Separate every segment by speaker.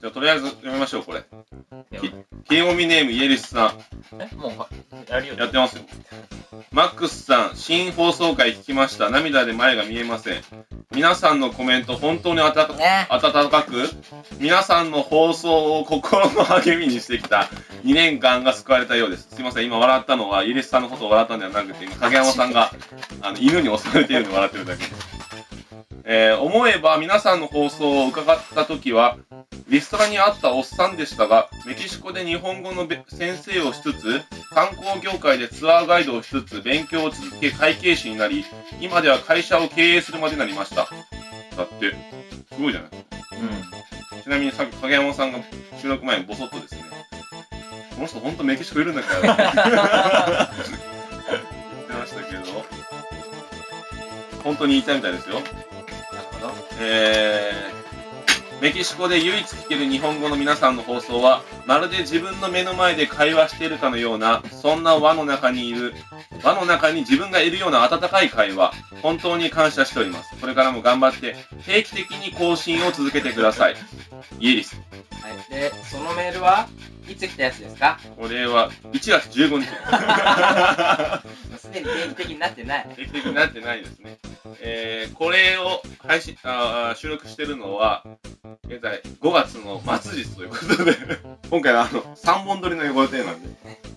Speaker 1: じゃあとりあえず読みましょう、これ。
Speaker 2: で
Speaker 1: きひえもみネーム、イエリスさん。
Speaker 2: もえもうはやるよね
Speaker 1: やってますよ。マックスさん、新放送回聞きました。涙で前が見えません。皆さんのコメント、本当に温か
Speaker 2: ね
Speaker 1: 温かく、皆さんの放送を心の励みにしてきた2年間が救われたようです。すいません、今笑ったのは、イエリスさんのことを笑ったんではなくて、今影山さんがあの犬に襲われているのを笑ってるだけです。えー思えば皆さんの放送を伺った時はリストラにあったおっさんでしたがメキシコで日本語のべ先生をしつつ観光業界でツアーガイドをしつつ勉強を続け会計士になり今では会社を経営するまでになりましただってすごいじゃない
Speaker 2: うん
Speaker 1: ちなみにさ影山さんが収録前にボソッとですねこの人ほんとメキシコいるんだから言ってましたけど本当に言いたいみたいですよ
Speaker 2: なるほど
Speaker 1: えーメキシコで唯一聞ける日本語の皆さんの放送は、まるで自分の目の前で会話しているかのような、そんな輪の中にいる、輪の中に自分がいるような温かい会話、本当に感謝しております。これからも頑張って、定期的に更新を続けてください。イエリス。
Speaker 2: はい、で、そのメールはいつ来たやつですか
Speaker 1: これは、1月15日。
Speaker 2: すでに定期的になってない。
Speaker 1: 定期的になってないですね。えーこれを配信、あー収録してるのは、現在5月の末日ということで、今回はあの、3本撮りの予定なんで、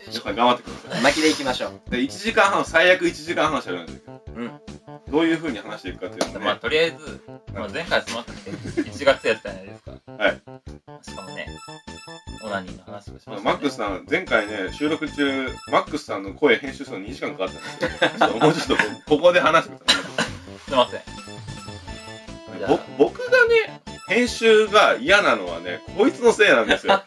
Speaker 1: 皆さん頑張ってくださ
Speaker 2: 巻きでいきましょう。
Speaker 1: い。で、1時間半、最悪1時間半しゃべるんですけど、
Speaker 2: うん
Speaker 1: どういう風に話していくかっていうの
Speaker 2: まあ、
Speaker 1: ね、
Speaker 2: とりあえず、まあ、前回その後に1月やったじゃないですか。
Speaker 1: はい。
Speaker 2: しかもね、オナニーの話をしました、ね。
Speaker 1: マックスさん、前回ね、収録中、マックスさんの声編集するの2時間かかったんですけど、ちょっともうちょっとこここで話してください。
Speaker 2: すいません。じゃ
Speaker 1: ぼ
Speaker 2: あ
Speaker 1: 僕がね編集が嫌なのはねこいつのせいなんです よ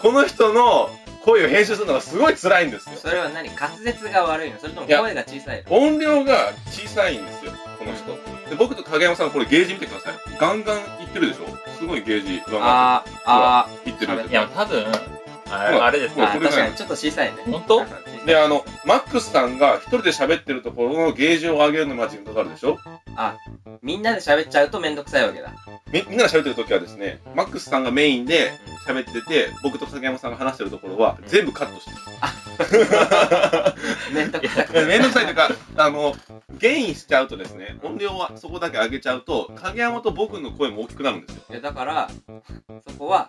Speaker 1: この人の声を編集するのがすごい辛いんですよ
Speaker 2: それは何滑舌が悪いのそれとも
Speaker 1: いや
Speaker 2: 声が小さいの
Speaker 1: 音量が小さいんですよこの人で僕と影山さんこれゲージ見てくださいガンガンいってるでしょすごいゲージ上回っ
Speaker 2: あー、あ
Speaker 1: ていってる
Speaker 2: ー、いや、多分、あれ
Speaker 1: ほら
Speaker 2: あれです
Speaker 1: ほら
Speaker 2: か
Speaker 1: こ
Speaker 2: あ
Speaker 1: れ
Speaker 2: 確
Speaker 1: が
Speaker 2: かにちょっと小さいね。
Speaker 1: 本当
Speaker 2: なんか小さい
Speaker 1: であのマックスさんが一人で喋ってるところのゲージを上げるのにまあ時間かかるでしょ
Speaker 2: あ、みんなで喋っちゃうとめんどくさいわけだ。
Speaker 1: みみんなが喋ってる時はですねマックスさんがメインで喋ってて僕と影山さんが話してるところは全部カットしてる
Speaker 2: めんどくさく
Speaker 1: いやめんどくさいと
Speaker 2: と
Speaker 1: いうか、あの、ゲインしちゃうとですね、音量はそこだけ上げちゃうと、影山と僕の声も大きくなるんですよ。
Speaker 2: いや、だから、そこは、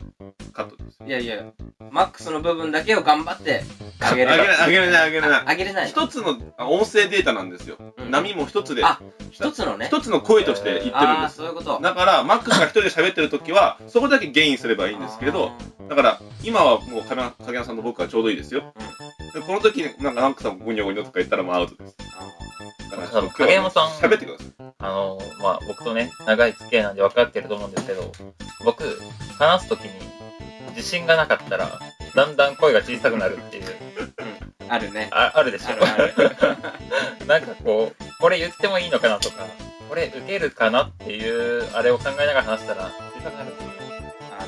Speaker 1: カットです。
Speaker 2: いやいや、マックスの部分だけを頑張ってあげれ
Speaker 1: 上げ
Speaker 2: ば
Speaker 1: れない、上げれない、上げれな。
Speaker 2: あげれないいの
Speaker 1: 一つのあ音声データなんですよ。
Speaker 2: うん
Speaker 1: 波も一つで、
Speaker 2: あ一つのね
Speaker 1: 一つの声として言ってるん
Speaker 2: ああ
Speaker 1: で
Speaker 2: ー
Speaker 1: す。
Speaker 2: そういうこと
Speaker 1: だから、マックスが一人で喋ってる時は、そこだけゲインすればいいんですけど、だから、今はもう影影山さんと僕はちょうどいいですよ。でこの時に、なんか、マックスさんもゴニョゴニョとか言ったらもうアウトです。
Speaker 2: あー
Speaker 1: だから、
Speaker 2: 多分
Speaker 1: 今日は
Speaker 2: 影山さん
Speaker 1: 喋ってください。
Speaker 2: あのまあ僕とね長い付き合いなんで分かってると思うんですけど僕話すときに自信がなかったらだんだん声が小さくなるっていう
Speaker 3: あるね。
Speaker 2: ああるでしょ
Speaker 3: あるある。
Speaker 2: なんかこうこれ言ってもいいのかなとかこれ受けるかなっていうあれを考えながら話したら小さくなるんですよ
Speaker 3: あ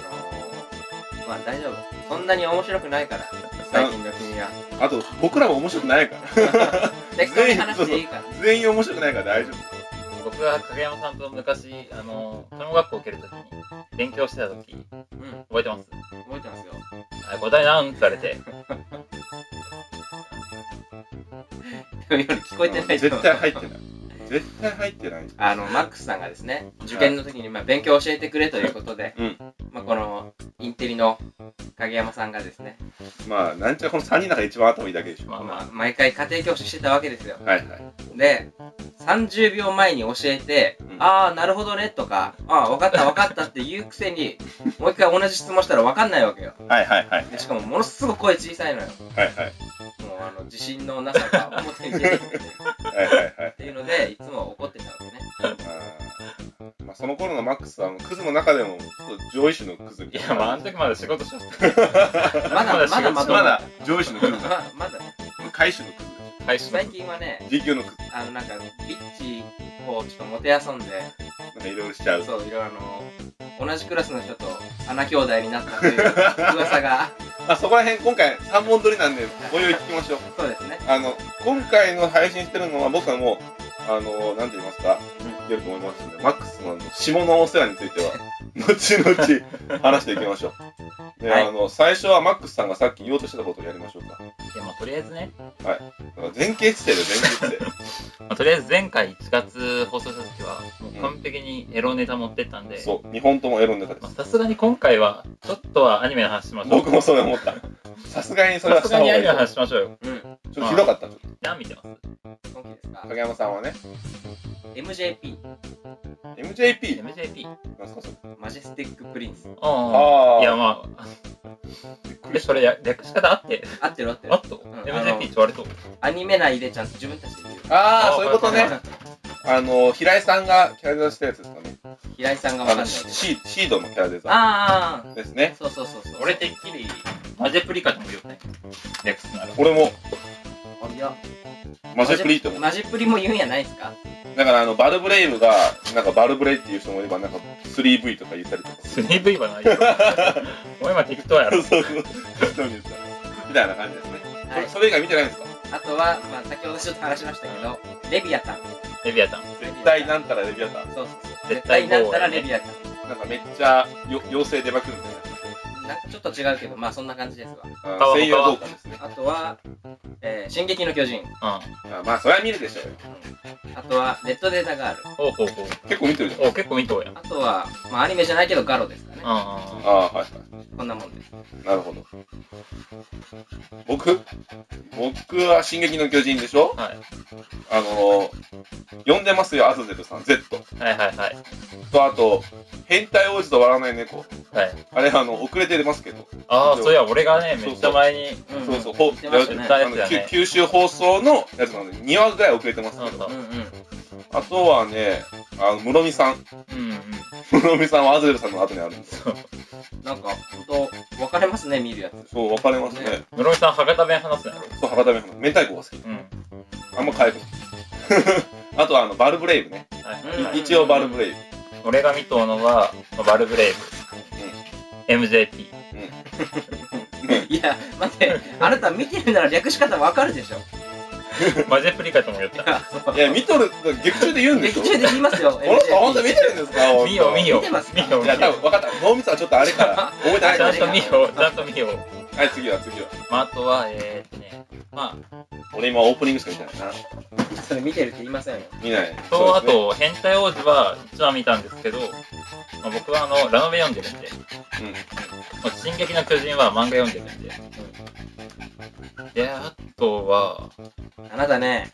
Speaker 3: のー、まあ大丈夫。そんなに面白くないから、最近の君は。
Speaker 1: あと、僕らも面白くないから。
Speaker 3: 適当に話していいから。
Speaker 1: 全員面白くないから大丈夫。
Speaker 2: 僕は影山さんと昔あの看護学校受けるときに勉強してたとき
Speaker 3: うん、
Speaker 2: 覚えてます
Speaker 3: 覚えてますよ。
Speaker 2: あ答えなんって言われて
Speaker 3: でも夜聞こえてないと
Speaker 1: 絶
Speaker 3: 思う
Speaker 1: 対入ってない絶対入ってない
Speaker 3: あの、マックスさんがですね、受験の時に、まあ、勉強を教えてくれということで、
Speaker 1: うん
Speaker 3: まあ、この、インテリの影山さんがですね、
Speaker 1: まあなんちゃらこの3人の中で一番頭いいだけでしょ
Speaker 2: まあま
Speaker 3: まあ
Speaker 2: あ、
Speaker 3: 毎回家庭教師してたわけですよ。
Speaker 1: はいはい
Speaker 3: で、30秒前に教えて、
Speaker 1: うん
Speaker 3: あー、なるほどね、とか、あー、わかったわかったって言うくせに、もう一回同じ質問したらわかんないわけよ。
Speaker 1: はいはいはい
Speaker 3: でしかも、ものすごく声小さいのよ。
Speaker 1: はいはい
Speaker 3: もうあの自信のなさが表に出てきてる
Speaker 1: はいはいはい
Speaker 3: っていうのでいつも怒ってたわけね
Speaker 1: あーまあその頃のマックスはもうクズの中でもちょっと上位種のクズみ
Speaker 2: い
Speaker 1: た
Speaker 2: やまああの時まだ仕事しました
Speaker 3: まだま
Speaker 1: ま
Speaker 3: だまだ
Speaker 1: だ上位種のクズだ
Speaker 3: ままだね
Speaker 1: 下位種のクズ
Speaker 2: 最初
Speaker 3: 最近はね
Speaker 1: でしょ G 級のクズ
Speaker 3: あのなんかビッチをちょっともてあそんで
Speaker 1: なんかいろいろしちゃう
Speaker 3: そういろいろあの同じクラスの人と穴兄弟になったという噂が
Speaker 1: あそこら辺今回3本撮りなんでおいおい聞きましょう
Speaker 3: そうですね
Speaker 1: あの今回の配信してるのは僕はもうあのなんて言いますか、
Speaker 3: うん
Speaker 1: 言えると思いますんでマックスのあの下のお世話については 後々話していきましょう。で、
Speaker 3: はい
Speaker 1: あの、最初はマックスさんがさっき言おうとしてたことをやりましょうか。
Speaker 2: いや、まあ、とりあえずね、
Speaker 1: だから前傾姿勢で前傾姿
Speaker 2: まあ、とりあえず前回1月放送した時は、もう完璧にエロネタ持ってったんで
Speaker 1: 勢。、そう、2本ともエロネタで
Speaker 2: まあ
Speaker 1: す。
Speaker 2: さすがに今回は、ちょっとはアニメの話しましょう。
Speaker 1: 僕もそれ思った。さすがにそれは
Speaker 2: さす
Speaker 1: した
Speaker 2: が
Speaker 1: 方
Speaker 2: にア
Speaker 1: がい
Speaker 2: ニ
Speaker 1: い
Speaker 2: メ。の話しましょうよ。
Speaker 3: うん。
Speaker 1: ちょっとひどかった。ちょっと
Speaker 2: 何見てます
Speaker 3: 本気ですか
Speaker 1: 影山さんはね、
Speaker 3: ?MJP、
Speaker 1: MJP。
Speaker 2: ?MJP?
Speaker 1: な
Speaker 2: あ
Speaker 1: んすかそれ。
Speaker 3: マジェスティックプリンス。
Speaker 2: あ
Speaker 1: ああ。
Speaker 2: いや、まあ、
Speaker 1: びっく
Speaker 2: で
Speaker 1: りし
Speaker 2: それや略し方あって、
Speaker 3: 合ってる合って
Speaker 2: あ
Speaker 3: る
Speaker 2: っ。と、
Speaker 3: ん
Speaker 2: MJP って割と、
Speaker 3: アニメ内でちゃんと自分たちで言う。
Speaker 1: た。ああ、そういうこと
Speaker 2: あ
Speaker 1: ね
Speaker 2: ー。
Speaker 1: あの、平井さんがキャラデザしたやつですかね。
Speaker 3: 平井さんがわ
Speaker 1: あ
Speaker 3: かん
Speaker 1: の、
Speaker 3: ない
Speaker 1: シ
Speaker 3: けど。
Speaker 1: シーシードのキャラデザ
Speaker 3: あーあ
Speaker 1: です
Speaker 3: ー、
Speaker 1: ね。
Speaker 3: そうそうそうそう。
Speaker 2: 俺てっきり、マジェプリカでもよくない略すなら。
Speaker 1: 俺も、
Speaker 3: あいや
Speaker 1: マジェプリーって思う。
Speaker 3: マジプリも言うんやないですか
Speaker 1: だから、あの、バルブレイブが、なんかバルブレイっていう人もいれば、なんか 3V とか言ったりとか。
Speaker 2: 3V は ないよ。お前今適当や
Speaker 1: そ
Speaker 2: ろ
Speaker 1: う。そうそう。人に言ったみたいな感じですね。そ
Speaker 3: は
Speaker 1: れ
Speaker 3: い。
Speaker 1: それ以外見てないんですか
Speaker 3: あとは、まあ、先ほどちょっと話しましたけど、レビアタン。
Speaker 2: レビアタン。
Speaker 1: 絶対なんたらレビアタン。
Speaker 3: そうそうそう。
Speaker 2: 絶
Speaker 3: 絶
Speaker 2: 対
Speaker 3: 対
Speaker 2: ゴー
Speaker 3: な
Speaker 2: ル
Speaker 3: んたらレビアタン。
Speaker 1: なんかめっちゃよ妖精出まくるみたい
Speaker 3: なんかちょっと違うけど、まあそんな感じですわ。
Speaker 1: な。
Speaker 2: 他は
Speaker 1: 声優同感ですね。
Speaker 3: あとは、えー、進撃の巨人。
Speaker 2: う
Speaker 1: あまあ、それは見るでしょうよ。
Speaker 3: あとは、レッドデータガール。
Speaker 2: ん。ほうほうほう。
Speaker 1: 結構見てるじゃん。
Speaker 2: お結構見とうやん。うん
Speaker 3: あとは、まあアニメじゃないけど、ガロですかね。
Speaker 2: うん
Speaker 1: ああ、はいは
Speaker 3: こんなもんです。
Speaker 1: い。なるほど。僕僕は進撃の巨人でしょ
Speaker 2: うん。はい。
Speaker 1: あのー、呼んでますよ、アズゼルさん、Z。
Speaker 2: はいはいはい。
Speaker 1: と、あと、変態王子と笑わない猫。
Speaker 2: はい。
Speaker 1: あれ、あの、遅れて出ますけど。
Speaker 2: ああ、そういや、俺がね、めっちゃ前に、
Speaker 3: うん
Speaker 1: そうそう、ほ
Speaker 3: 言ってました
Speaker 2: 言っ
Speaker 3: ね
Speaker 2: た
Speaker 1: あ
Speaker 2: や
Speaker 1: の
Speaker 2: つや
Speaker 1: きゅ
Speaker 2: ね。
Speaker 1: 九州放送のやつなので、2話ぐらい遅れてます
Speaker 2: そう
Speaker 1: け
Speaker 2: そ
Speaker 1: ど。
Speaker 2: う
Speaker 3: うん。うん。
Speaker 1: あとはね、あの、室見さん。
Speaker 2: うんうん。
Speaker 1: 室見さんはアズゼルさんの後にあるんです。
Speaker 2: そう。
Speaker 3: なんか、ほんと、分かれますね、見るやつ。
Speaker 1: そう、分かれますね。
Speaker 2: 室井さん、博多弁話すんやろ。
Speaker 1: そう、博多弁の明太子が好き。
Speaker 2: うん。
Speaker 1: あんま変える。 あとは、あの、バルブレイブね。
Speaker 2: はい
Speaker 3: うん
Speaker 2: はい。
Speaker 1: 一応バルブレイブ。
Speaker 2: 俺が見とうのは、バルブレイブ、MJP。
Speaker 3: いや、待って、あなた見てるなら略し方わかるでしょ。
Speaker 2: マジェプリカとも言っ
Speaker 3: い
Speaker 2: た。
Speaker 3: や、そう
Speaker 1: いや、見とる、劇中で言うんでし
Speaker 3: 劇
Speaker 1: ょ
Speaker 3: 中で言います よ。
Speaker 1: この人、ほんと見てるんですか
Speaker 2: 見よう見よう。
Speaker 3: 見てますか
Speaker 2: 見よ
Speaker 1: い
Speaker 2: う見
Speaker 1: や、多
Speaker 2: よ
Speaker 1: 分分かった。脳みそはちょっとあれ から、覚えてな
Speaker 2: う。
Speaker 1: い
Speaker 2: ち
Speaker 1: か
Speaker 2: ゃ
Speaker 1: も
Speaker 2: ん
Speaker 1: しれ
Speaker 2: と
Speaker 1: な
Speaker 2: 見
Speaker 1: い。
Speaker 2: よう。ちゃんと見よう。
Speaker 1: はい、次は、次は。
Speaker 2: まあ、あとは、えーっとね、まあ、
Speaker 1: 俺今オープニングしか見てないな。
Speaker 3: それ見てるって言いませんよ。
Speaker 1: 見ない。
Speaker 2: と、あ
Speaker 1: そう
Speaker 2: と、変態王子は一話見たんですけど、まあ、僕はあの、ラノベ読んでるんで、
Speaker 1: ですね、
Speaker 2: まあ進撃の巨人は漫画読んでるんで。で、あとは、
Speaker 3: あなたね、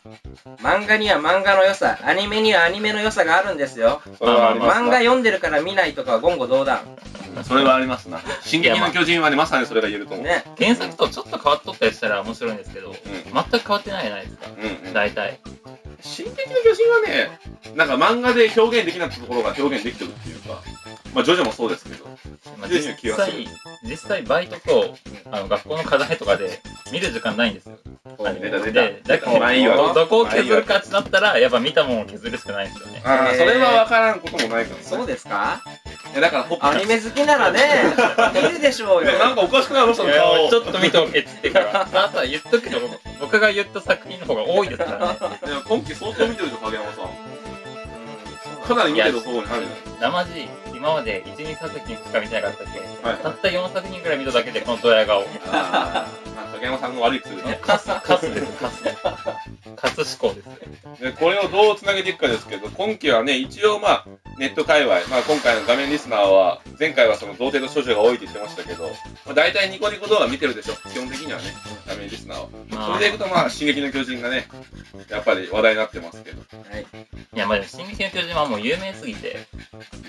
Speaker 3: 漫画には漫画の良さ、アニメにはアニメの良さがあるんですよ。
Speaker 1: うん。それはあります
Speaker 3: 漫画
Speaker 1: な。
Speaker 3: 読んでるから見ないとかは言語道断。
Speaker 1: それはありますな。進撃
Speaker 2: いやま
Speaker 1: の
Speaker 2: あ
Speaker 1: 巨人はね、まさにそれが言えると思う。
Speaker 3: ね。
Speaker 2: 原作とちょっと変わっとったりしたら面白いんですけど、
Speaker 1: うん
Speaker 2: 全く変わってないじゃないですか。
Speaker 1: うんうん、
Speaker 2: 大体。
Speaker 1: 進撃の巨人はね、なんか漫画で表現できなかったところが表現できてるっていうか、まあ、ジョジョもそうですけど、
Speaker 2: まあ
Speaker 1: 出てる気
Speaker 2: 実
Speaker 1: がする
Speaker 2: 際、実際バイトと、あの、学校の課題とかで見る時間ないんですよ。アニメ
Speaker 1: 出た出た
Speaker 2: で、だから
Speaker 3: まあいい
Speaker 2: ど
Speaker 3: わ
Speaker 2: どこを削るかってなったら、やっぱ見たもんを削るしかないんですよね。
Speaker 1: ああ、
Speaker 3: へー
Speaker 1: それは分からんこともないから、ね、
Speaker 3: そうですか
Speaker 1: いやだから他
Speaker 3: アニメ好きならね、見るでしょうよ
Speaker 1: ね。なんかおかしくないのそ
Speaker 2: い
Speaker 1: の
Speaker 2: や
Speaker 1: 顔
Speaker 2: ちょっと見ておけって言ってから、 あとは言っとくけど、僕が言った作品の方が多いですからね。
Speaker 1: いや今期相当見てるでしょ影山さん
Speaker 3: うん
Speaker 1: かなり見てる方にあるじゃない
Speaker 2: 生地、今まで1、2作品しか見てなかったっけ、
Speaker 1: はい
Speaker 2: たった4作品ぐらい見ただけで、このドヤ顔。
Speaker 1: あーまあ影山さんの悪い癖でね
Speaker 2: カス、カスです、カス。 カス思考です。
Speaker 1: でこれをどうつなげていくかですけど、今期はね、一応まあ、ネット界隈、まあ今回の画面リスナーは、前回はその童貞の処女が多いって言ってましたけど、まあ大体ニコニコ動画見てるでしょ、基本的にはね、画面リスナーは。そ
Speaker 2: ま
Speaker 1: れで
Speaker 2: あ
Speaker 1: い、くとまあ、進撃の巨人がね、やっぱり話題になってますけど、
Speaker 3: はい。
Speaker 2: いや、まあでも、進撃の巨人はもう有名すぎて、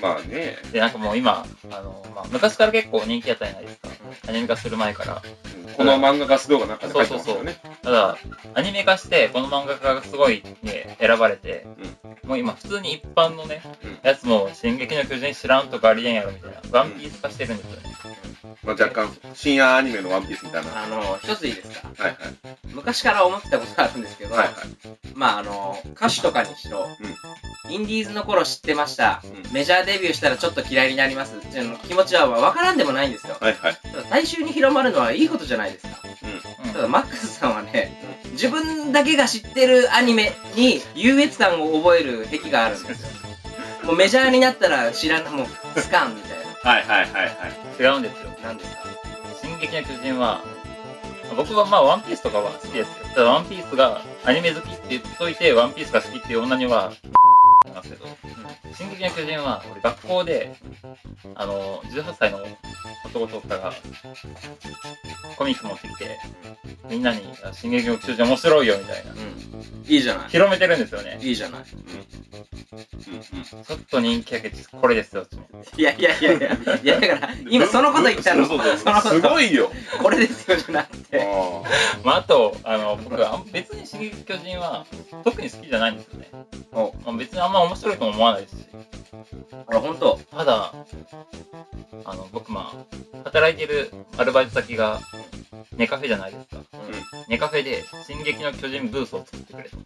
Speaker 1: まあね、
Speaker 2: で、なんかもう今、あの、まあ、昔から結構人気やったじゃないですか。アニメ化する前から。
Speaker 1: うんこの漫画ガス動画なんかで書いてますよね。
Speaker 2: ただ、アニメ化して、この漫画家がすごいね、選ばれて、もう今、普通に一般のね、
Speaker 1: うん
Speaker 2: やつも、進撃の巨人知らんとかありえんやろみたいな、ワンピース化してるんですよね。
Speaker 1: まあ若干、深夜アニメのワンピースみたいな。はい
Speaker 3: あの、一ついいですか
Speaker 1: はい。
Speaker 3: 昔から思ってたことがあるんですけど、
Speaker 1: はいはい。
Speaker 3: まああの、歌手とかにしろ、インディーズの頃知ってました、
Speaker 1: うん
Speaker 3: メジャーデビューしたらちょっと嫌いになりますっていうの気持ちはわからんでもないんですよ。
Speaker 1: はいはい。
Speaker 3: ただ大衆に広まるのはいいことじゃないですか。ただマックスさんはね、自分だけが知ってるアニメに優越感を覚える癖があるんですよ。もうメジャーになったら知らん、もう、スカンみたいな。
Speaker 1: はいはいはいはい。
Speaker 2: 違うんですよ。
Speaker 3: 何ですか
Speaker 2: 進撃の巨人は、僕はまあワンピースとかは好きですよ。ただワンピースがアニメ好きって言っといて、ワンピースが好きっていう女には、なんですけど、進撃の巨人は、俺学校で、あの、18歳の男とかが、コミック持ってきて、みんなに、あ進撃の巨人面白いよみたいな。
Speaker 3: うん。いいじゃな
Speaker 2: 広めてるんですよね。
Speaker 3: い。いいじゃない。
Speaker 1: うんうん。
Speaker 2: ちょっと人気やけど、これですよ。
Speaker 3: いやいやいやいや、いやだから、 今そのこと言ったの、
Speaker 1: そ
Speaker 3: そう
Speaker 1: そうそう
Speaker 3: の
Speaker 1: すごいよ。
Speaker 3: これですよじゃなく
Speaker 1: あ
Speaker 3: て。
Speaker 2: まあ、あと、あの、僕は、あん別に進撃の巨人は、特に好きじゃないんですよね。
Speaker 3: お
Speaker 2: まあ別にあんま面白いとも思わないし、
Speaker 3: あ、ほんと。
Speaker 2: ただ、あの、僕まあ、働いてるアルバイト先が、ネカフェじゃないですか。
Speaker 3: う
Speaker 2: ネカフェで、進撃の巨人ブースを作ってくれと。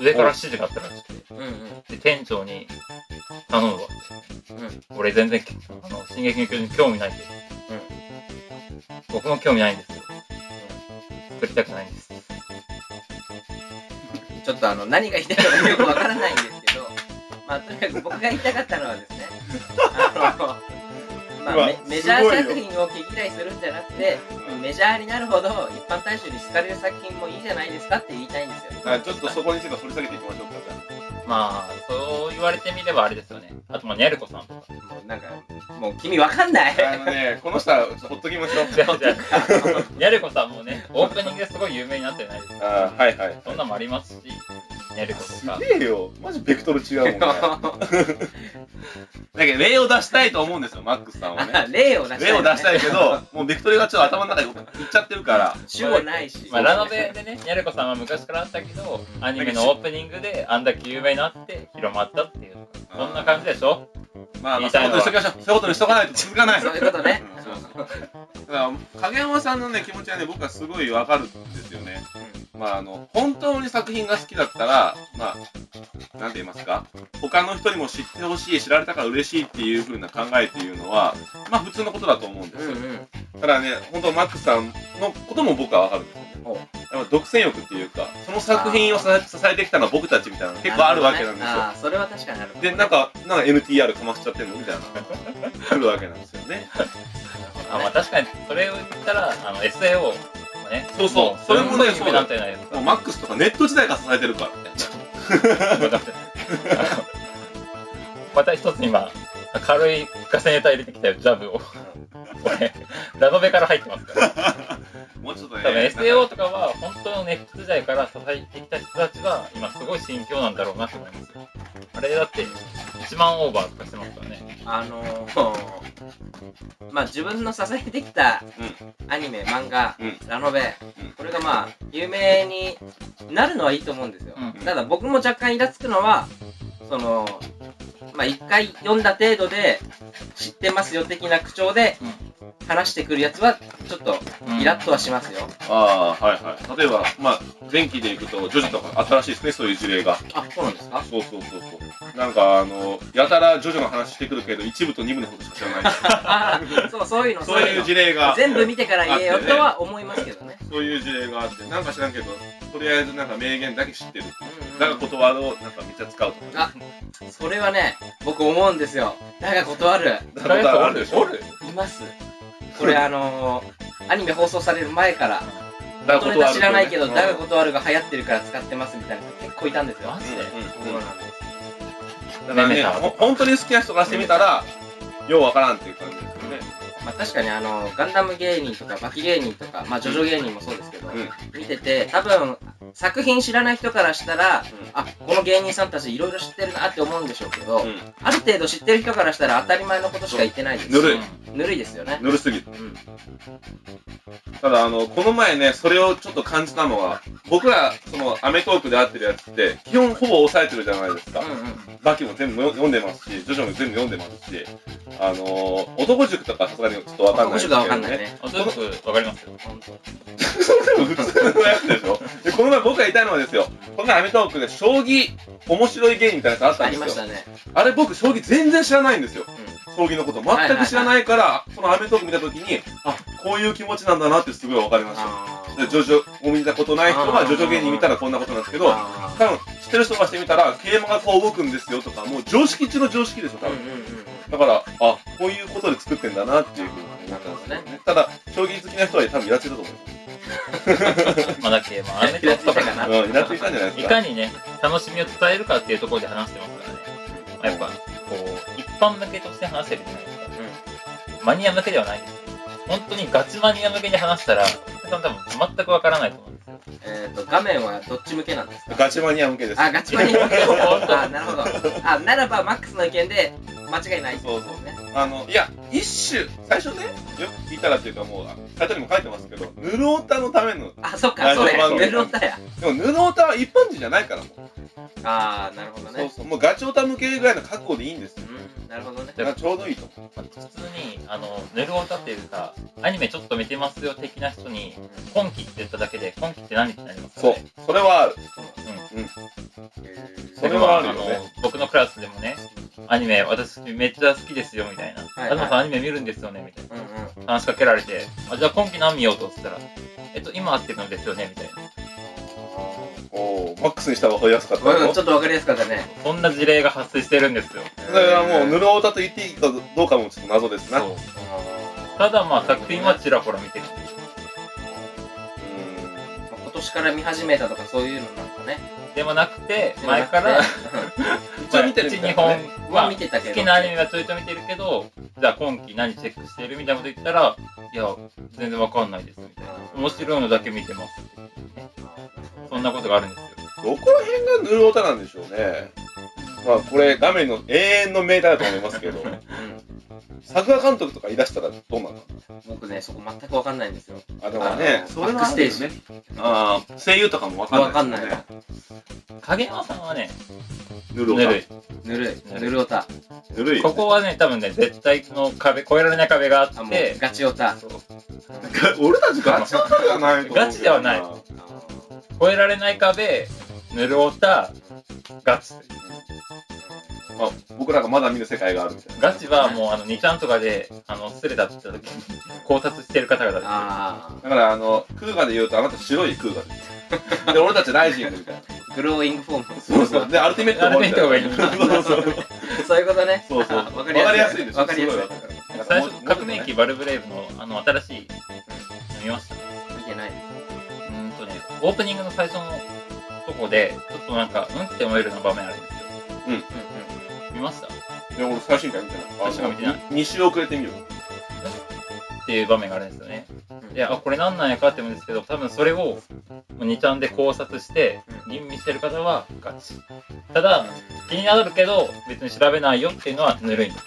Speaker 2: 上から指示があったらしくて、
Speaker 3: ん。うんうん。
Speaker 2: で、店長に、頼むわって。俺全然、あの、進撃の巨人興味ないんで。僕も興味ないんですよ。作りたくないんです。
Speaker 3: ちょっとあの、何が言いたいのかよくわからないんですけど、まあ、とにかく僕が言いたかったのはですね、あの、まあ、
Speaker 1: うわ
Speaker 3: メメジャー作
Speaker 1: すご
Speaker 3: 品を毛嫌いするんじゃなくて、メジャーになるほど一般大衆に好かれる作品もいいじゃないですかって言いたいんですよ。
Speaker 1: あちょっとそこについて掘り下げていきましょうか。
Speaker 2: まあ、そう言われてみればあれですよね。あと、まあ、ニャルコさんとか。
Speaker 3: もうなんか、もう君わかんない。
Speaker 1: じゃああのね、この人はほっときましょう。
Speaker 2: 違う違う。ニャルコさんもね、オープニングですごい有名になってないですか。
Speaker 1: あーはいはい。
Speaker 2: そんなんもありますし、ニャルコと
Speaker 1: す
Speaker 2: か。
Speaker 1: げえよ。マジベクトル違うもんね。 だ
Speaker 3: あ
Speaker 1: けど例を出したいと思うんですよ、マックスさん はね。
Speaker 3: 例を出した
Speaker 1: 例
Speaker 3: い、
Speaker 1: を出したいけど、もうベクトルがちょっと頭の中にいっちゃってるから。
Speaker 3: 主語ないし。
Speaker 2: まあ、ラノベでね、ニャルコさんは昔からあったけど、アニメのオープニングであんだけ有名になって広まったっていう、そんな感じでしょ
Speaker 1: まあまあ、そういうことにしときましょう。そういうことにしとかないと続かない。
Speaker 3: そういうことね
Speaker 1: うんそうそうだから影山さんのね気持ちはね僕はすごいわかるんですよね、まああの本当に作品が好きだったらまあなんて言いますか他の人にも知ってほしい知られたから嬉しいっていう風な考えっていうのはまあ普通のことだと思うんで
Speaker 3: う
Speaker 1: す
Speaker 3: んう
Speaker 1: よ、
Speaker 3: ん。
Speaker 1: ただね本当マックスさんのことも僕はわかるんですよね
Speaker 3: おう
Speaker 1: やっぱ独占欲っていうかその作品をさ支えてきたのは僕たちみたいなのが結構あるわけなんですよ
Speaker 3: ああ、それは確かにある。
Speaker 1: でなんかなんか NTR かましちゃってんのみたいな来るわけなんですよね
Speaker 2: あまあ、確かに、それを言ったら、あの、SAO もね。
Speaker 1: そうそうそれもね
Speaker 2: 有名だったじゃないですか。
Speaker 1: もうマックスとかネット時代が支えてるから
Speaker 2: だってあのまた一つ今軽いガセネタ入れてきたよジャブを 俺ラノベから入ってますから
Speaker 1: もうちょっとね
Speaker 2: 多分 SAO とかは本当のネット時代から支えてきた人たちは今すごい心境なんだろうなと思いますよあれだって1万オーバーとかしてますからね
Speaker 3: あのー、 まあ自分の支えてきたアニメ、漫画、
Speaker 1: うん
Speaker 3: ラノベ、
Speaker 1: うん
Speaker 3: これがまあ有名になるのはいいと思うんですよ。
Speaker 2: うん
Speaker 3: ただ僕も若干イラつくのは、その、まあ一回読んだ程度で知ってますよ的な口調で話してくるやつはちょっとイラッとはしますよ。
Speaker 1: ああはいはい例えばまあ前期でいくとジョジョとか新しいですねそういう事例が
Speaker 3: あ、そうなんですか
Speaker 1: そうそうそうそうなんかあのやたらジョジョの話してくるけど一部と二部のことしか知らない
Speaker 3: ああ、そう、そういうの、
Speaker 1: そういう事例が
Speaker 3: 全部見てから言えよとは思いますけどね。
Speaker 1: そういう事例があってなんか知らんけどとりあえずなんか名言だけ知ってる
Speaker 3: うんうん
Speaker 1: だから断るをなんかめっちゃ使うとか
Speaker 3: あ、それはね、僕思うんですよ。だが断る。
Speaker 1: だから断るでしょ
Speaker 2: お
Speaker 1: だ
Speaker 2: る
Speaker 3: います。これあのー、アニメ放送される前から、
Speaker 1: から
Speaker 3: 元ネタ知らないけど、
Speaker 1: 断
Speaker 3: だ
Speaker 1: る
Speaker 3: が断るが流行ってるから使ってますみたいな人結構いたんですよ
Speaker 2: マ。ジで
Speaker 1: うん
Speaker 3: そう
Speaker 1: うんうん
Speaker 3: なんです。
Speaker 1: だから
Speaker 2: めめ
Speaker 1: ね
Speaker 2: た
Speaker 1: ほ本当に好きな人からしてみたらようわからんっていう感じですよね
Speaker 3: まあ確かにあの、ガンダム芸人とかバキ芸人とか、まあジョジョ芸人もそうですけど、
Speaker 1: う
Speaker 3: 見てて、多分、作品知らない人からしたら、あ、この芸人さんたちいろいろ知ってるなって思うんでしょうけど、
Speaker 1: うん
Speaker 3: ある程度知ってる人からしたら当たり前のことしか言ってないです。
Speaker 1: ぬるい
Speaker 3: ぬるいですよね。
Speaker 1: ぬるすぎる
Speaker 3: うん。
Speaker 1: ただあのこの前ねそれをちょっと感じたのは僕らその『アメトーク』で会ってるやつって基本ほぼ抑えてるじゃないですか、
Speaker 3: うんうん。
Speaker 1: バキも全部読んでますしジョジョも全部読んでますしあのー、男塾とかさすがにちょっとわかんないです
Speaker 3: 面
Speaker 1: け
Speaker 3: 白
Speaker 1: ど、
Speaker 3: くはわかんない
Speaker 1: ね、
Speaker 3: ね。
Speaker 2: あとよくわかりますよ
Speaker 1: 普通のやつでしょでこの前僕がいたのはですよこの前『アメトーク』で将棋面白い芸人みたいなやつあった
Speaker 3: あ
Speaker 1: んで
Speaker 3: りますし
Speaker 1: よ
Speaker 3: たね。
Speaker 1: あれ僕将棋全然知らないんですよ
Speaker 3: う
Speaker 1: 将棋のこと全く知らないから、その『アメトーク』見た時にあこういう気持ちなんだなってすごいわかりま
Speaker 3: ん。
Speaker 1: した
Speaker 3: あ
Speaker 1: でジョジョを見たことない人は
Speaker 3: あー
Speaker 1: ジョジョ芸人見たらこんなことなんですけど
Speaker 3: あ
Speaker 1: 多分知ってる人がしてみたら桂馬がこう動くんですよとかもう常識中の常識ですよ
Speaker 3: ー
Speaker 1: 多
Speaker 3: うん
Speaker 1: 分
Speaker 3: うんうんうん。
Speaker 1: だから、あ、こういうことで作ってんだなっていうふうになったんですよね。ただ、将棋好きな人は多分イラついたと思います。
Speaker 2: まあだけ、まあ、アメトークとかが
Speaker 1: うん、イラついたんじゃないで
Speaker 2: い
Speaker 1: すか。
Speaker 2: かにね、楽しみを伝えるかっていうところで話してますからね。まあやっぱ、こう、一般向けとして話してるじゃないですか。マニア向けではないんですよ。本当にガチマニア向けに話したら、多分全くわからないと思うんですよ。
Speaker 3: えっ、と、画面はどっち向けなんですか
Speaker 1: ガチマニア向けです。
Speaker 3: あ、ガチマニア向け。
Speaker 2: 本当
Speaker 3: あ、なるほど。あ、ならばマックスの意見で間違いないってことですね。
Speaker 1: あの、いや、一種、最初ね、よく聞いたらっていうかもう、あタイトルにも書いてますけど、ヌルオタのための、
Speaker 3: あ、そっか、そう
Speaker 1: ラジ
Speaker 3: や。
Speaker 1: オ番組
Speaker 3: メロンタや。
Speaker 1: でもヌルオタは一般人じゃないからもう、
Speaker 3: あー、なるほど
Speaker 1: そう
Speaker 3: ね。
Speaker 1: そう、もうガチオタ向けぐらいの覚悟でいいんですよ。
Speaker 3: うん、なるほどね。
Speaker 1: だからちょうどいいと思う。
Speaker 2: まあ普通に、あの、寝る歌っていうか、アニメちょっと見てますよ的な人に、今期って言っただけで、今期って何ってなりますか
Speaker 1: そう
Speaker 2: らね。、
Speaker 1: それはある。
Speaker 3: え
Speaker 1: それはあるよね
Speaker 2: でもの僕のクラスでもね、アニメ、私めっちゃ好きですよ、みたいな。
Speaker 3: いはい
Speaker 2: 東さんアニメ見るんですよね、みたい
Speaker 3: ーうんうん。
Speaker 2: な。話しかけられて、あじゃあ今期何見ようとっつったら、えっと、今合ってるんですよね、みたいな。
Speaker 1: おーマックスにした方が分かりやすかった
Speaker 3: うん
Speaker 1: よ
Speaker 3: ちょっとわかりやすかったね。
Speaker 2: そんな事例が発生してるんですよ。
Speaker 1: それはもう、ヌルオタと言っていいかどうかもちょっと謎ですな。
Speaker 2: そううただまあ、作品はちらほら見てる。
Speaker 1: ー
Speaker 3: まあ今年から見始めたとかそういうのなんかね。
Speaker 2: でもなくて、前から、
Speaker 1: ん 一応見てるみ
Speaker 2: 1、
Speaker 1: た
Speaker 2: 2
Speaker 1: いなね。
Speaker 2: 本
Speaker 3: は
Speaker 2: は
Speaker 3: 見てたけど。
Speaker 2: 好きなアニメはちょいちょい見てるけど、じゃあ今期何チェックしてるみたいなこと言ったら、いや、全然わかんないですみたいな。面白いのだけ見てますって言ってね。そんなことがあるんですよ。
Speaker 1: どこら辺がヌルオタなんでしょうね。まあこれ画面の永遠の命題だと思います けど、
Speaker 3: うん
Speaker 1: 作画監督とか言い出したらどうなるの
Speaker 3: 僕ね、そこ全くわかんないんですよ。
Speaker 1: あ、でもね
Speaker 3: あ、
Speaker 1: それはあるよ
Speaker 3: バック
Speaker 1: ね。ああ、声優とかもわ
Speaker 3: わ
Speaker 1: か
Speaker 3: か
Speaker 1: ん
Speaker 3: ん
Speaker 1: な
Speaker 3: ないい
Speaker 1: ですよね。
Speaker 3: な。
Speaker 2: 影山さんはね、
Speaker 1: ヌル
Speaker 2: ぬ
Speaker 1: オタ。
Speaker 2: る
Speaker 3: ぬるい。ぬるおた。
Speaker 1: ぬる
Speaker 2: い。
Speaker 1: い。
Speaker 2: ここはね、多分ね、絶対の壁、越えられない壁があ
Speaker 3: あ、
Speaker 2: っ
Speaker 3: もう
Speaker 2: て、
Speaker 3: ガチおた。
Speaker 2: そう
Speaker 1: 俺たちガチオタじゃないと思うけどな
Speaker 2: ガチではない越えられない壁、ぬるおた、ガチ。
Speaker 1: まあ僕らがまだ見ぬ世界があるみたいな。
Speaker 2: ガチはもう、あの、2ちゃんとかで、あの、すれたって言った時に、考察してる方々です。
Speaker 3: あ
Speaker 1: だからあの、空ガで言うとあなた白い空ガです。で、俺たちライジングみたいな。
Speaker 3: ー、グローイングフォーム。
Speaker 1: そうそう。で、アルティメットもみたいな
Speaker 2: アルティメットがいいな
Speaker 1: そうそう。
Speaker 3: そういうことね。
Speaker 1: そうそう。
Speaker 3: わかりや
Speaker 1: わ
Speaker 3: すい
Speaker 1: かりやすいでしょ。
Speaker 3: わかりやすい
Speaker 1: ごわかるから
Speaker 2: 最初、革命機バルブレイブの、あの、新しい、見ました
Speaker 3: 見てない。
Speaker 2: うーんとね、オープニングの最初のとこで、ちょっとなんか、うんって思えるような場面あるんですよ。
Speaker 3: う
Speaker 2: 見ましたっ
Speaker 1: いや、俺最新回見てない。
Speaker 2: 最新回見てない
Speaker 1: 2週遅れてみる。
Speaker 2: ていう場面があるんですよね。
Speaker 3: んうん。
Speaker 2: で、あ、これなんなんやかって思うんですけど、多分それを2ちゃんで考察して、
Speaker 3: うん、
Speaker 2: 吟味してる方はガチ。ただ、気になるけど、別に調べないよっていうのはぬるいんです。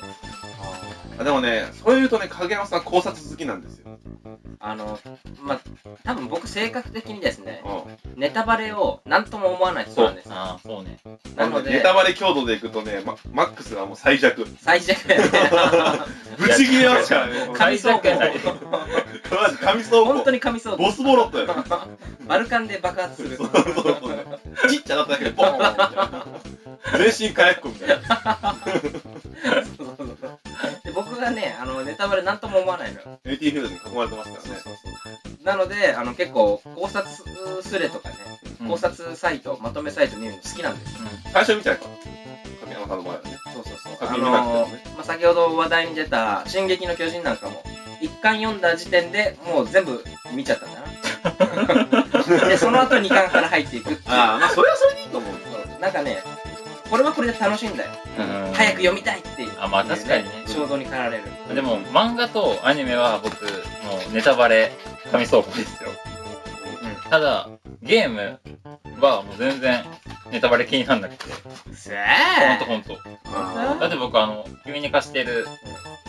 Speaker 1: あでもね、そういうとね、影山さん考察好きなんですよ。
Speaker 3: あの、まあ、多分僕性格的にですね、
Speaker 1: う
Speaker 3: ネタバレを何とも思わない人なんですよ。
Speaker 2: ああ、そうね。
Speaker 1: ん。
Speaker 3: な
Speaker 1: な
Speaker 3: の
Speaker 1: の
Speaker 3: で
Speaker 1: で、ネタバレ強度でいくとね、ママックスがもう最弱。
Speaker 3: 最弱 やね。
Speaker 1: ぶち切れますからね。これ
Speaker 2: 最弱やない。
Speaker 1: マジ、神倉庫。
Speaker 3: 本当に神そう
Speaker 1: ボスボロットやね。
Speaker 3: バルカンで爆発する。
Speaker 1: そうそうそう。ちっちゃなっただけでボーンみたいな。全身火薬庫みたいな。
Speaker 3: そうそうそう で僕がねあのネタバレなんとも思わないのよ
Speaker 1: AT フィールドに囲まれてますからね。
Speaker 3: なのであの結構考察スレとかね
Speaker 2: うん
Speaker 3: 考察サイト、まとめサイト見るの好きなんですよ
Speaker 1: 最初みたいか。影山さんの前はね。
Speaker 3: そうそうそう
Speaker 1: 作
Speaker 3: あ
Speaker 1: 品見なくても
Speaker 3: の、
Speaker 1: ね
Speaker 3: まあ、先ほど話題に出た「進撃の巨人」なんかも一巻読んだ時点でもう全部見ちゃったんだなでその後二巻から入っていくっていう
Speaker 1: ああ、まあそれはそれでいいと思う。
Speaker 3: そうなんかねこれはこれで楽しいんだよ
Speaker 2: うん
Speaker 3: 早く読みたいっていう
Speaker 2: あ、まあ確かにね。
Speaker 3: 衝動に駆られる
Speaker 2: でも、漫画とアニメは僕、もうネタバレ、紙倉庫ですよ。ただ、ゲームはもう全然ネタバレ気になんなくて。
Speaker 3: せ
Speaker 2: ほんと
Speaker 3: ー
Speaker 2: ほんと。
Speaker 1: あ
Speaker 2: だって僕、あの、君に貸してる、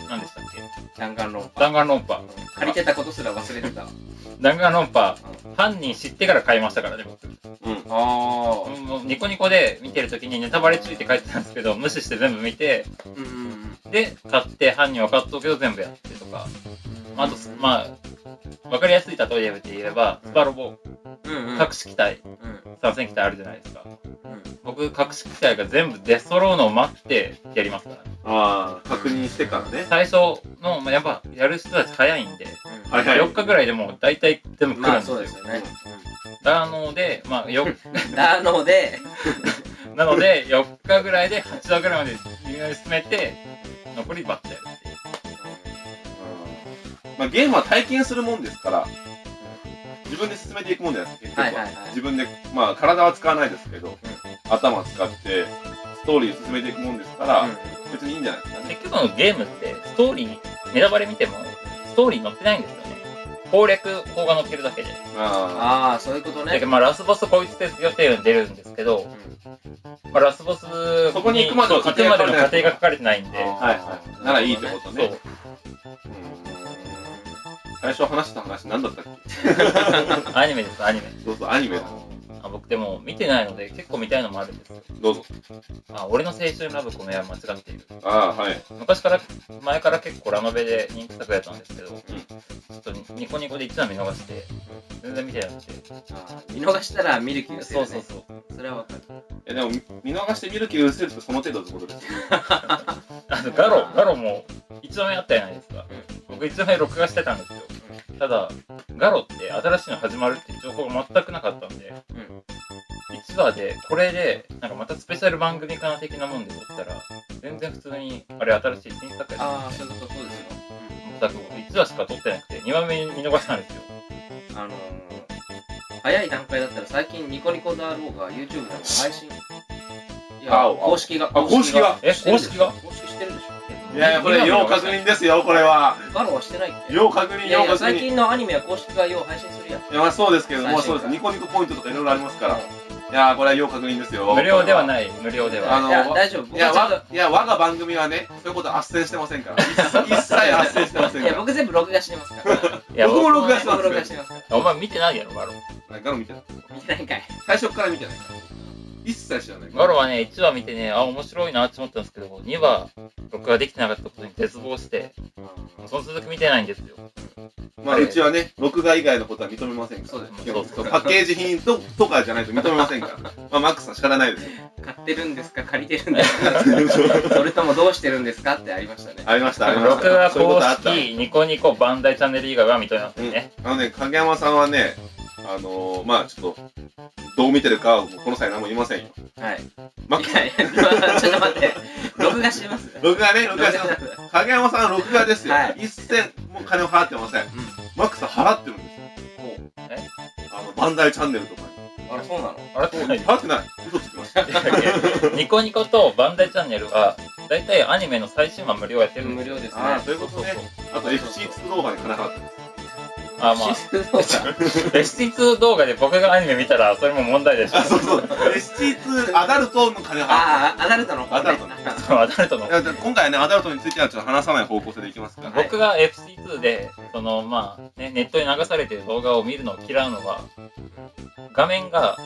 Speaker 2: 何でしたっけ
Speaker 3: 弾丸論破
Speaker 2: 弾丸論破。
Speaker 3: 借りてたことすら忘れてたわ
Speaker 2: 弾丸論破、犯人知ってから買いましたからね、僕。
Speaker 1: ーうん。
Speaker 3: ああ
Speaker 2: もうニコニコで見てる時にネタバレ注意って書いてたんですけど、無視して全部見て、
Speaker 3: うんうん
Speaker 2: で、買って犯人分かっとうけど全部やってとか。
Speaker 3: うん
Speaker 2: あと、まあ、わかりやすい例えで言えば、スパロボ、
Speaker 3: うんうん
Speaker 2: 隠し機体、
Speaker 3: うん
Speaker 2: 参戦機体あるじゃないですか。
Speaker 3: うん
Speaker 2: 僕、隠し機体が全部出揃うのを待ってやりますからね。
Speaker 1: ああ、確認してからね。
Speaker 2: 最初の、まあ、やっぱやる人たち早いんで、
Speaker 3: うん
Speaker 1: はいはい
Speaker 2: 4日ぐらいでもう大体全部来
Speaker 3: ま
Speaker 2: るん
Speaker 3: あ
Speaker 2: です
Speaker 3: そ
Speaker 2: よ。
Speaker 3: うですよね
Speaker 2: なので、まあ、よ
Speaker 3: なので
Speaker 2: なので4日ぐらいで8話ぐらいまで微妙に進めて、残りバッタやるっていう。
Speaker 1: まあ、ゲームは体験するもんですから、自分で進めていくもんじゃないですか、結局は。
Speaker 3: はいはいはい
Speaker 1: 自分で、まあ、体は使わないですけど、頭使って、ストーリー進めていくもんですから、別にいいんじゃないですかね。
Speaker 2: 結局のゲームって、ストーリー、ネタバレ見ても、ストーリー載ってないんですよね。攻略法が載ってるだけで。
Speaker 1: あ
Speaker 3: ああ、そういうこと
Speaker 2: だけ
Speaker 3: ね
Speaker 2: ど、。まあ、ラスボスこいつですよっていうのが出るんですけど、まあ、ラスボスに、
Speaker 1: そこに行くまでの
Speaker 2: そう行くまでの過程が書かれてないん
Speaker 1: あ
Speaker 2: で、
Speaker 1: はいはい。ならいいってこと
Speaker 2: そ
Speaker 1: ね
Speaker 2: う。。
Speaker 1: うん最初話した話何だったっけ
Speaker 2: アニメです、アニメ。
Speaker 1: そうそう、アニメだ。
Speaker 2: あ僕でも見てないので、結構見たいのもあるんですよ。
Speaker 1: どうぞ。
Speaker 2: あ、俺の青春ラブコメは間違っている。
Speaker 1: ああ、はい。
Speaker 2: 昔から、前から結構ラノベで人気作やったんですけど、ちょっとニコニコで一話見逃して、全然見てなくて。
Speaker 3: あー見逃したら見る気がする、
Speaker 2: そ
Speaker 3: ね。
Speaker 2: うそうそう。
Speaker 3: それはわかる。
Speaker 1: え、でも、見見逃して見る気が薄れるってその程度ってことですよ。
Speaker 2: あと、ガロ、ガロも一話目あったじゃないですか。僕一話目録画してたんですよ。ただ、ガロって新しいの始まるっていう情報が全くなかったんで、
Speaker 3: うん
Speaker 2: 1話で、これで、なんかまたスペシャル番組かな的なもんで撮ったら、全然普通に、あれ新しい新作やった
Speaker 3: ああ、そういうこと、そうですよ。
Speaker 2: 全く1話しか撮ってなくて、2話目に見逃したんですよ。
Speaker 3: あのー、早い段階だったら最近ニコニコだろうが YouTube でも配信。いや、
Speaker 1: あ
Speaker 3: 公式が。
Speaker 1: あ公式が
Speaker 2: え
Speaker 3: してるでしょ
Speaker 2: 公式が
Speaker 3: 公式してるでし
Speaker 1: いやいや、これ、要確。認ですよ、これは。
Speaker 3: ょ。ガロはしてないって。
Speaker 1: 要確認、
Speaker 3: いや
Speaker 1: 要
Speaker 3: い
Speaker 1: 確認
Speaker 3: や最。近のアニメは公式がよう配信するやん。
Speaker 1: いや、まあそうですけど、
Speaker 3: 最新
Speaker 1: まあそうです。
Speaker 3: 回
Speaker 1: ニコニコポイントとかいろいろありますから。いやー、これは要確認ですよ。。
Speaker 2: 無料ではいない、無料で
Speaker 1: あ
Speaker 2: は。
Speaker 1: の
Speaker 3: いや、大丈夫。
Speaker 1: い
Speaker 3: 僕
Speaker 1: や、
Speaker 3: はちゃんと
Speaker 1: わ、いや、我が番組はね、そういうこと斡旋してません から。一切一切斡旋してません
Speaker 3: い
Speaker 1: か
Speaker 3: や、
Speaker 1: ら。
Speaker 3: 僕全部録画してますから。
Speaker 2: いや、
Speaker 1: 僕も
Speaker 2: お
Speaker 1: 録画してます
Speaker 3: 僕も録画してますか
Speaker 2: お前見てないやろ、ガロ。
Speaker 1: なんかの見てない。
Speaker 3: ら。見てないんかい。
Speaker 1: 最初から見てないから。一切知らないから。
Speaker 2: ガロはね、1話見てね、あ、面白いなって思ったんですけど、2話、録画できてなかったことに絶望して、その続き見てないんですよ。
Speaker 1: まあ、うちはね、録画以外のことは認めませんから。
Speaker 3: そうです
Speaker 1: 基本
Speaker 2: そうそう
Speaker 1: そうパッケージ品ととかじゃないと認めませんから。まあ、マックスさん仕方ない ですよ。
Speaker 3: 買ってるんですか借りてるんですかそれともどうしてるんですかってありましたね。
Speaker 1: ありました、ありました。
Speaker 2: 録画
Speaker 1: そういうこ
Speaker 2: 公
Speaker 1: とあった。
Speaker 2: 式、ニコニコ、バンダイチャンネル以外は認めませんね。
Speaker 1: あのね、影山さんはね、あのー、まあちょっと、どう見てるかはもうこの際何も言いませんよ。
Speaker 3: はい。
Speaker 1: マック
Speaker 3: い
Speaker 1: スさん
Speaker 3: やいや、ちょっと待って。録画してます。
Speaker 1: 録画ね、録画してます。
Speaker 3: 録
Speaker 1: 影山さんは録画ですよ。
Speaker 3: はい
Speaker 1: 一銭も金を払ってません。マックスは払ってるんですよ。
Speaker 2: え
Speaker 1: あの、バンダイチャンネルとか
Speaker 3: 画あら、そうなの
Speaker 2: あれ
Speaker 1: に。
Speaker 2: ない
Speaker 1: 払ってない。嘘つきました。
Speaker 2: ニコニコとバンダイチャンネルは、だいたいアニメの最新話無料やってるんで
Speaker 3: 無
Speaker 2: すよ。
Speaker 3: 料ですね。
Speaker 1: ああ、そういうことね。あと FC2 動画に金払ってる。
Speaker 2: あ、まあ。
Speaker 3: そうか。
Speaker 2: S2 動画で僕がアニメ見たら、それも問題でしょ
Speaker 1: あ、。 そうそう。FC2 アダルトの金払って
Speaker 3: ああ、アダルトの方
Speaker 1: ア
Speaker 3: ね
Speaker 1: ダルトの
Speaker 2: アダルトの
Speaker 1: るいや。だから今回はね、アダルトについてはちょっと話さない方向性でいきますから。
Speaker 3: はい
Speaker 2: 僕が FC2 で、そのまあ、ね、ネットに流されてる動画を見るのを嫌うのは、画面が、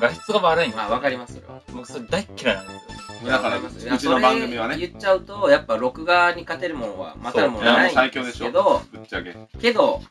Speaker 2: 画質が悪いんで
Speaker 3: まあ、わかります、それは。
Speaker 2: す。僕それ大っ嫌いなんですよ。
Speaker 1: だから、
Speaker 3: わりますいや
Speaker 1: うちの番組は
Speaker 3: そ
Speaker 1: ね、
Speaker 3: れ言っちゃうと、やっぱ録画に勝てるものは、またるものはない
Speaker 1: そういやもう最強
Speaker 3: んで
Speaker 1: でし
Speaker 3: す
Speaker 1: ょ
Speaker 3: けど、
Speaker 1: ぶっちゃ け。
Speaker 3: けど、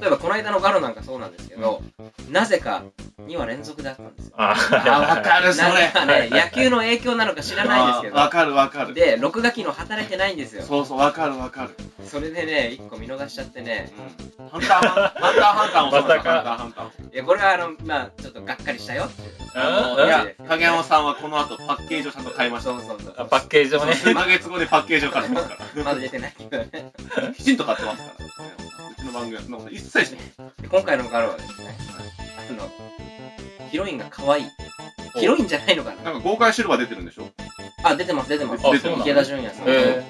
Speaker 3: 例えばこの間のガロなんかそうなんですけど、なぜか2話連続だったんですよ。
Speaker 2: あ
Speaker 1: あ、わかる、そ
Speaker 3: な
Speaker 1: れ
Speaker 3: ん。かね、野球の影響なのか知らないですけ
Speaker 1: あわ
Speaker 3: ど、
Speaker 1: かる、わかる。
Speaker 3: で、録画機能働いてないんですよ。
Speaker 1: そうそう、わかる、わかる。
Speaker 3: それでね、1個見逃しちゃってね、
Speaker 1: うんハンターハン、ハンターハンターもそうなんだ、ハ
Speaker 2: まさ
Speaker 1: ン
Speaker 2: か
Speaker 1: ターハンターも。
Speaker 3: いや、これはあの、まあ、ちょっとがっかりしたよっていう。
Speaker 2: あ
Speaker 1: いや
Speaker 3: いや、
Speaker 1: 影山さんはこの後パッケージをちゃんと買いました。
Speaker 3: そうそうそう。
Speaker 2: あパッケージをね、
Speaker 1: 数ヶ月後でパッケージを買ってますか
Speaker 3: まだ出てないけどね。
Speaker 1: ら。きちんと買ってますから。うちの番組はそんなこと一切しない。
Speaker 3: で今回のガロはですね、あの、ヒロインが可愛い。ヒロインじゃないのか
Speaker 1: な
Speaker 3: な
Speaker 1: んか豪快シルバー出てるんでしょ
Speaker 3: あ、出てます、出てます。
Speaker 1: あそうなの
Speaker 3: 池田純也さん。
Speaker 2: え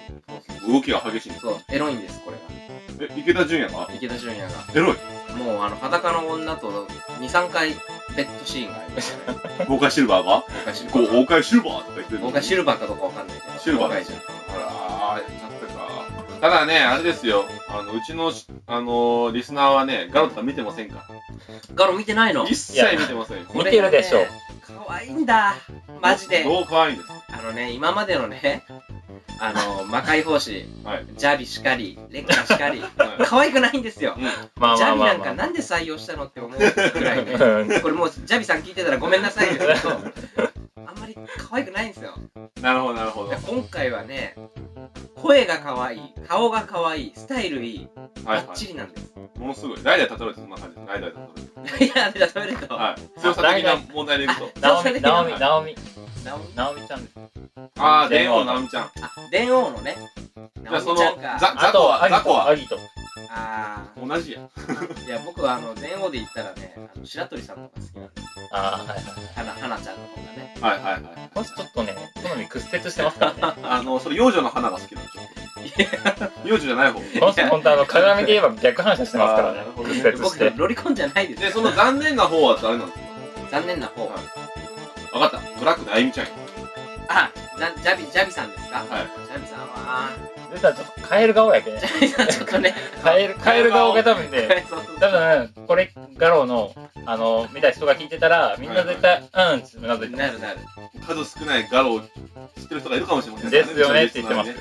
Speaker 1: 動きが激しいんです
Speaker 3: そう、エロいんです、これ
Speaker 1: え、池田純也が
Speaker 3: が。池田純也が。
Speaker 1: エロい。
Speaker 3: もう、あの、裸の女と2、3回、ベッドシーンがありましたね。
Speaker 1: 豪快シルバーが
Speaker 3: 豪華シルバー。
Speaker 1: 豪快シルバーとか言ってる。
Speaker 3: 豪華シルバーかどうかわかんないけど。
Speaker 1: シルバー
Speaker 3: 豪華じゃん。
Speaker 1: あらー、やっちゃったか。ただね、あれですよ。あの、うちのし、あのーリスナーはね、ガロとか見てませんか
Speaker 3: ガロ見てないの
Speaker 1: ら。一切見てませんよ。
Speaker 2: 見てるでしょう
Speaker 3: これね可愛いんだ。マジで。
Speaker 1: どう可愛いんですか
Speaker 3: あのね、今までのね、あの、魔界奉仕、
Speaker 1: はい。
Speaker 3: ジャビしかり、レッカしかり、
Speaker 1: はい
Speaker 3: 可愛くないんですよ。
Speaker 1: う
Speaker 2: まあ
Speaker 3: ジ
Speaker 2: ま
Speaker 3: ャ
Speaker 2: あ
Speaker 3: ビ
Speaker 2: ま
Speaker 3: な
Speaker 2: あ、
Speaker 3: ん
Speaker 2: ま
Speaker 3: か
Speaker 2: あ。
Speaker 3: なんで採用したのって思うくらいね。これもうジャビさん聞いてたらごめんなさいですけど、あんまり可愛くないんですよ。
Speaker 1: んなるほど、なるほど。はい
Speaker 3: 今回はね、声が可愛い、顔が可愛い、スタイルいい、
Speaker 1: は
Speaker 3: バッチリなんです。
Speaker 1: い。ものすごい。代々例えるとそんな感じです。代々例える
Speaker 3: いや、じゃあそれと、
Speaker 1: と。はい。強さ的な問題でいくと。
Speaker 2: ナオミ、ナオミ、ナオミ、
Speaker 3: なお
Speaker 2: ナオミちゃんです。
Speaker 1: あー、電王直美ちゃん。
Speaker 3: あ、電王のね、
Speaker 1: じゃあその、
Speaker 3: ち
Speaker 1: ザ
Speaker 3: ゃんか
Speaker 1: ザ
Speaker 2: あ
Speaker 1: コ
Speaker 2: と、
Speaker 1: は、
Speaker 2: アギ
Speaker 1: ザコ
Speaker 2: ト、ア
Speaker 1: は、
Speaker 2: ギト。
Speaker 3: あ
Speaker 1: 同じや。
Speaker 3: ー。いや、僕はあの、全王で言ったらね、あの白鳥さんの方が好きなんで、
Speaker 2: ああ、はいはい。
Speaker 3: 花、花ちゃんの方がね。
Speaker 1: はいはいはい。
Speaker 2: この人ちょっとね、好み屈折してます からね。
Speaker 1: あの、それ、幼女の花が好きなんでしょ。幼女じゃない方。
Speaker 2: この人本当あの、鏡で言えば逆反射してますから
Speaker 1: あーなる
Speaker 2: ね。
Speaker 1: ほど
Speaker 2: 屈折し
Speaker 3: 僕
Speaker 2: て。
Speaker 3: ロリコンじゃないです
Speaker 1: で、その残念な方は誰なんです
Speaker 3: 残念な方
Speaker 1: はいかわかった。ブラックであゆみちゃんや。
Speaker 3: あなジャビジャビさんですか
Speaker 1: はい
Speaker 3: ジャビさんは
Speaker 2: でさ、ちょっとカエル顔やけん。
Speaker 3: ジャビさん ちょっとね
Speaker 2: カエル、カエル顔が多分ね、
Speaker 3: そうそう
Speaker 2: 多分、これガロの、あの、見た人が聞いてたら、みんな絶対、うん、ってうなずいてま
Speaker 3: な
Speaker 2: す
Speaker 3: るなる
Speaker 1: 数少ないガロを知ってる人がいるかもしれません
Speaker 2: ですよねって言ってます。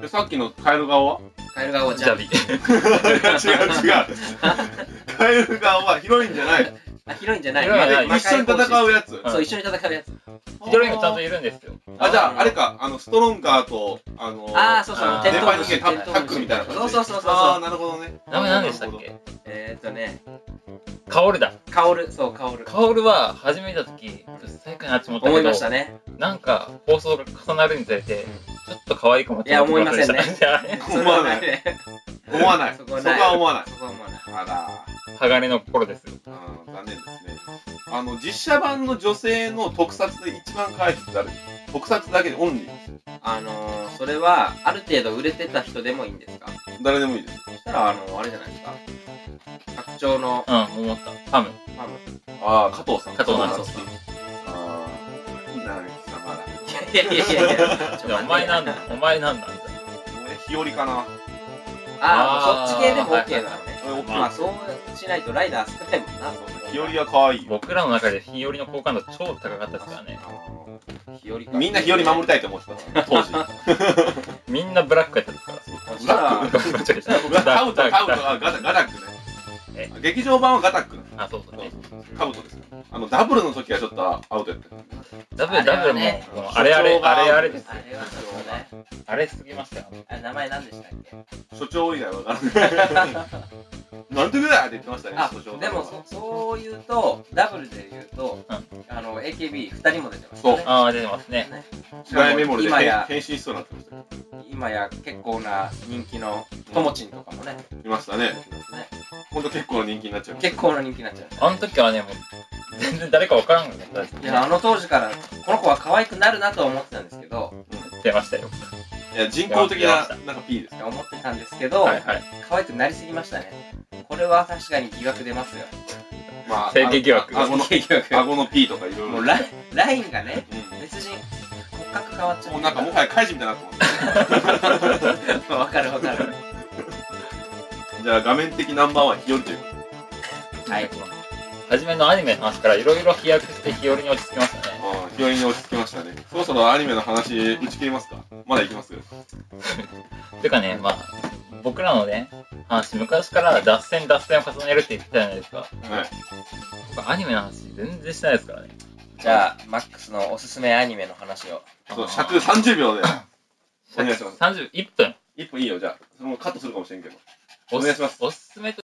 Speaker 1: でさっきのカエル顔は
Speaker 3: カエル顔はジ
Speaker 2: ジャ
Speaker 3: ャビ
Speaker 2: ビ。
Speaker 1: 違う 違う。カエル顔は広いんじゃない。
Speaker 3: あ広いんじゃない
Speaker 2: ヒロインじゃない
Speaker 3: 魔
Speaker 1: 一緒に
Speaker 3: 界公
Speaker 1: 戦うやつ。
Speaker 2: ん
Speaker 3: そう一緒に戦うやつ
Speaker 2: ヒドロインがちゃんといるんですよ。
Speaker 1: あ、じゃあ、あれか、あの、ストロンガーと、あの
Speaker 3: ああそうそう
Speaker 2: あー
Speaker 3: テントウムシ
Speaker 1: 電波人間タックルみたいな
Speaker 3: そ
Speaker 1: 感
Speaker 3: う
Speaker 1: じ
Speaker 3: そうそうそう
Speaker 1: ああ、
Speaker 3: そう
Speaker 1: なるほどね。
Speaker 2: 名前何でしたっけ
Speaker 3: えーっとね
Speaker 2: カオルだ。
Speaker 3: カオルそうカオル
Speaker 2: カオルは、初め見たとき、最高いなって思った
Speaker 3: 思いま
Speaker 2: け
Speaker 3: した
Speaker 2: ど、
Speaker 3: ね
Speaker 2: なんか、放送が重なるにつれて、ちょっと可愛いかもって
Speaker 3: いや思いませんね
Speaker 2: 思ってました。
Speaker 1: 思わない
Speaker 3: そ
Speaker 1: 思
Speaker 3: れはね
Speaker 1: わない。
Speaker 3: そ
Speaker 1: そ
Speaker 3: こ
Speaker 1: こ
Speaker 3: はない
Speaker 1: は思わない。
Speaker 3: そこは思わない
Speaker 1: あ
Speaker 2: 鋼の心ですよ。
Speaker 1: ら、うん残念ですね。あの、実写版の女性の特撮で一番可愛い人って誰特撮だけでオンリー。
Speaker 3: あのーそれはある程度売れてた人でもいいんですか
Speaker 1: 誰でもいいです。
Speaker 3: そしたらあのあれじゃないですか拡張の
Speaker 2: うん、思った。ハム。
Speaker 3: あの
Speaker 1: ああ、加藤さん。
Speaker 2: 加藤
Speaker 3: さん
Speaker 1: 加藤さん。ああ、なる貴様だ。
Speaker 3: いやいやいやいや
Speaker 2: いやお前なんだ、お前なんだ。
Speaker 1: 俺、日和かな。
Speaker 3: ああ、
Speaker 2: あー
Speaker 3: そっち系でも OK なのね。
Speaker 1: 俺、
Speaker 3: まあ、そうしないとライダー少ないもんな。
Speaker 1: 日和は可愛いよ。
Speaker 2: 僕らの中で日和の好感度超高かったですからね。
Speaker 3: 日和か
Speaker 1: みんな日和守りたいと思ってた、当時。
Speaker 2: みんなブラックやったですから。
Speaker 3: そしたら、
Speaker 2: ブラック間違えた
Speaker 1: 僕はカブト、
Speaker 2: ダーク
Speaker 1: カブ
Speaker 2: ダー
Speaker 1: ト
Speaker 2: ク
Speaker 1: はガタガタック
Speaker 2: え
Speaker 1: ね。劇場版はガタックね。
Speaker 2: あ、そうそうね。
Speaker 1: カブトですから。あの、ダブルの時はちょっとアウトやったよね。
Speaker 2: ダブル、ダブルも
Speaker 3: ね、
Speaker 2: もうあれあれ、
Speaker 1: 所長が
Speaker 2: あれ あれです。
Speaker 3: あれはちょっとね、
Speaker 2: あれすぎましたよ。
Speaker 3: あれ名前何でしたっけ
Speaker 1: 所長以外わからない。なんてぐらいって言ってましたね
Speaker 3: あ、、
Speaker 1: 所長。
Speaker 3: でもそ、そう言うと、ダブルで言うと、あの、AKB2 人も出てますね。
Speaker 2: ああ、出てますね。
Speaker 1: 白いメモリーで
Speaker 3: 今や
Speaker 1: 変身しそうになってましたよ
Speaker 3: 今や結構な人気のともちんとかもね、
Speaker 1: いましたね。ほんと結構な人気になっちゃう。
Speaker 3: 結構な人気になっちゃう。
Speaker 2: あの時はね、もう、全然誰かわからんかったです。
Speaker 3: いや、あの当時から、この子は可愛くなるなとは思ってたんですけど、
Speaker 2: 出ましたよ。
Speaker 1: いや、人工的な、なんか P です。
Speaker 3: 思ってたんですけど、
Speaker 2: はいはい。
Speaker 3: 可愛くなりすぎましたね。これは確かに疑惑出ますよ。
Speaker 1: ま
Speaker 2: 整形疑惑
Speaker 1: あ顎の、
Speaker 3: 結局。
Speaker 1: 顎の P とかいろい
Speaker 3: も
Speaker 1: ろ
Speaker 3: う。ララインがね、別人、骨格変わっちゃ
Speaker 1: うんもう
Speaker 3: ってる
Speaker 1: なんかもはや怪人みたいになってます。
Speaker 3: わかるわかる。
Speaker 1: じゃあ画面的ナンバーワン、日和というこ
Speaker 3: はい。
Speaker 2: 初めのアニメの話からいろいろ飛躍して日和に落ち着きましたね。
Speaker 1: と。うん、日和に落ち着きましたね。そろそろアニメの話、打ち切りますかまだいきます
Speaker 2: てかね、まあ、僕らのね、話、昔から脱線脱線を重ねるって言ってたじゃないですか。
Speaker 1: はい。
Speaker 2: 僕アニメの話全然してないですからね。
Speaker 3: じゃあ、マックスのおすすめアニメの話を。
Speaker 1: そう、尺30秒で。お願いします
Speaker 2: 31分。
Speaker 1: 一分いいよ、じゃあ。そのカットするかもしれんけど。
Speaker 2: お
Speaker 1: お願いします
Speaker 2: おすすめと